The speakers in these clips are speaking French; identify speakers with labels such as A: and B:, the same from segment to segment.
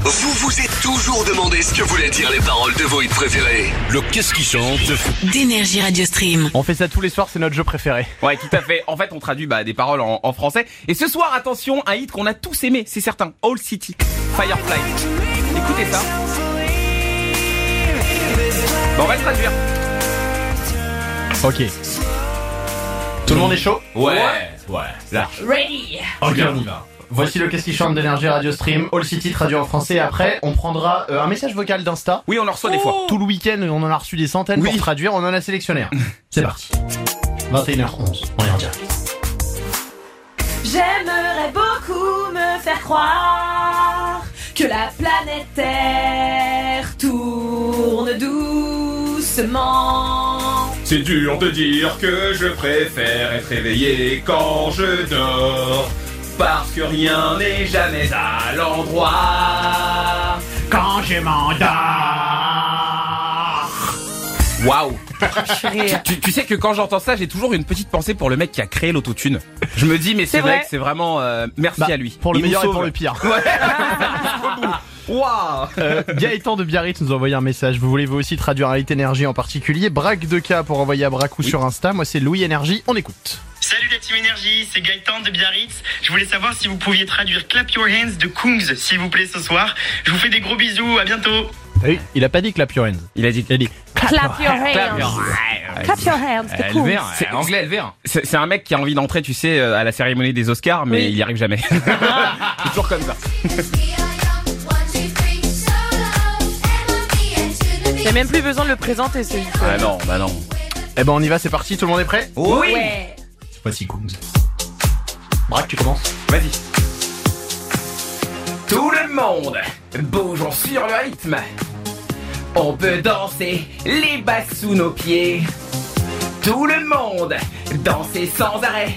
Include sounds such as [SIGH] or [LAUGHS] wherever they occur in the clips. A: Vous vous êtes toujours demandé ce que voulaient dire les paroles de vos hits préférés.
B: Le qu'est-ce qui chante
C: d'énergie Radio Stream.
D: On fait ça tous les soirs, c'est notre jeu préféré.
E: Ouais, tout à fait. En fait, on traduit bah, des paroles en, en français. Et ce soir, attention, un hit qu'on a tous aimé, c'est certain. Old City, Firefly. Écoutez ça. Bon, on va le traduire.
D: Ok. Tout le monde est chaud
E: Ouais.
D: Ouais. Large. Ready Ok, on y va. Voici le qu'est-ce qui chante d'énergie Radio Stream, All City traduit en français. Après, on prendra euh, un message vocal d'Insta.
E: Oui, on en
D: Oh.
E: reçoit des fois.
D: Tout le week-end, on en a reçu des centaines
E: Oui.
D: pour traduire, on en a sélectionné [LAUGHS] un. C'est parti. 21h11, on est en direct.
F: J'aimerais beaucoup me faire croire que la planète Terre tourne doucement.
G: C'est dur de dire que je préfère être réveillé quand je dors. Parce que rien n'est jamais à l'endroit. Quand je m'endors.
E: Waouh. tu, tu sais que quand j'entends ça, j'ai toujours une petite pensée pour le mec qui a créé l'autotune. Je me dis, mais c'est
F: C'est
E: vrai
F: vrai.
E: que c'est vraiment. euh, merci
D: Bah,
E: à lui.
D: Pour le
E: Il nous
D: meilleur et
E: sauve.
D: pour le pire. [LAUGHS]
E: [LAUGHS] Waouh.
D: Euh, Gaëtan de Biarritz nous a envoyé un message. Vous voulez vous aussi traduire un hit énergie en particulier Braque de K pour envoyer à Bracou sur Insta. Moi, c'est Louis Énergie. On écoute.
H: Salut la team énergie, c'est Gaëtan de Biarritz. Je voulais savoir si vous pouviez traduire Clap Your Hands de Kungs, s'il vous plaît, ce soir. Je vous fais des gros bisous, à bientôt.
D: Salut. Il a pas dit Clap Your Hands.
E: Il a dit.
D: Il a dit
F: Clap your
E: Clap
F: hands.
E: your-
F: Clap your hands,
E: Euh,
F: c'est cool.
E: LVR, euh, anglais LVR. C'est c'est un mec qui a envie d'entrer, tu sais, euh, à la cérémonie des Oscars, mais il y arrive [LAUGHS] jamais. C'est toujours comme ça.
F: J'ai même plus besoin de le présenter, ce hit.
E: Ah non, bah non.
D: Eh ben, on y va, c'est parti. Tout le monde est prêt
E: Oui.
F: Ouais.
D: Voici Kungs. Braque, tu commences
E: Vas-y. Tout le monde, bougeons sur le rythme. On peut danser les basses sous nos pieds. Tout le monde, danser sans arrêt.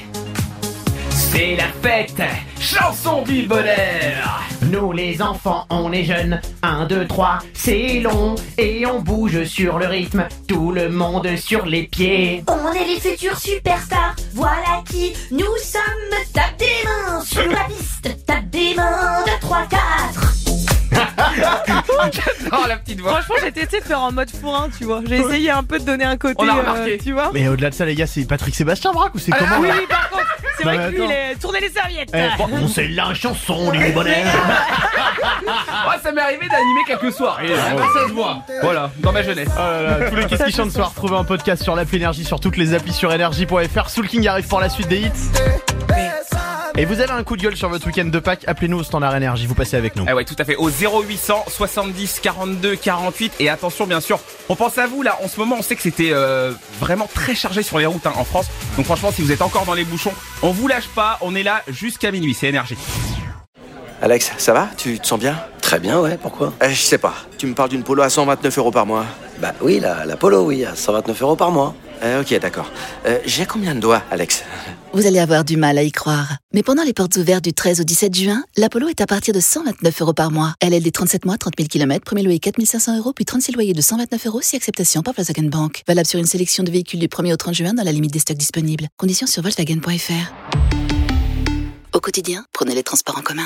E: C'est la fête, chanson du bonheur.
G: Nous les enfants, on est jeunes. 1, 2, 3, c'est long. Et on bouge sur le rythme. Tout le monde sur les pieds.
F: On est les futurs superstars, voilà qui nous sommes. Tape des mains sur la piste, tape des mains, 2, 3, 4.
E: Oh la petite voix.
F: Franchement, j'ai tenté de faire en mode fourrin, tu vois. J'ai essayé un peu de donner un côté, euh,
E: On a remarqué.
F: tu vois.
D: Mais au-delà de ça, les gars, c'est Patrick Sébastien Braque ou c'est
E: Ah,
D: comment
F: Oui,
D: là
F: Ah. oui, par contre, c'est
D: Non,
F: vrai
D: mais
F: que lui, il
D: Bah, attends.
F: est tourner les serviettes.
D: Eh, bon, c'est la chanson du bonheur.
E: Ah, ça m'est arrivé d'animer quelques soirs. Ah, ça se voit. Voilà, dans ma jeunesse.
D: Oh là là, tous les qu'est-ce qui chantent soir, retrouvez un podcast sur l'appli énergie, sur toutes les applis sur énergie.fr. Soul King arrive pour la suite des hits. Et vous avez un coup de gueule sur votre week-end de Pâques, appelez-nous au standard énergie, vous passez avec nous.
E: Ah ouais, tout à fait. Au 0800 70 42 48. Et attention, bien sûr, on pense à vous là. En ce moment, on sait que c'était euh, vraiment très chargé sur les routes hein, en France. Donc franchement, si vous êtes encore dans les bouchons, on vous lâche pas. On est là jusqu'à minuit. C'est énergie.
I: Alex, ça va Tu te sens bien
J: Très bien, ouais, pourquoi
I: Eh, Je sais pas. Tu me parles d'une polo à 129 euros par mois.
J: Bah oui, la, la polo, oui, à 129 euros par mois.
I: Euh, ok, d'accord. Euh, J'ai combien de doigts, Alex
K: Vous allez avoir du mal à y croire. Mais pendant les portes ouvertes du 13 au 17 juin, l'Apollo est à partir de 129 euros par mois. LLD 37 mois, 30 000 km, premier loyer 4500 euros, puis 36 loyers de 129 euros si acceptation par Volkswagen Bank. Valable sur une sélection de véhicules du 1er au 30 juin dans la limite des stocks disponibles. Conditions sur Volkswagen.fr. Au quotidien, prenez les transports en commun.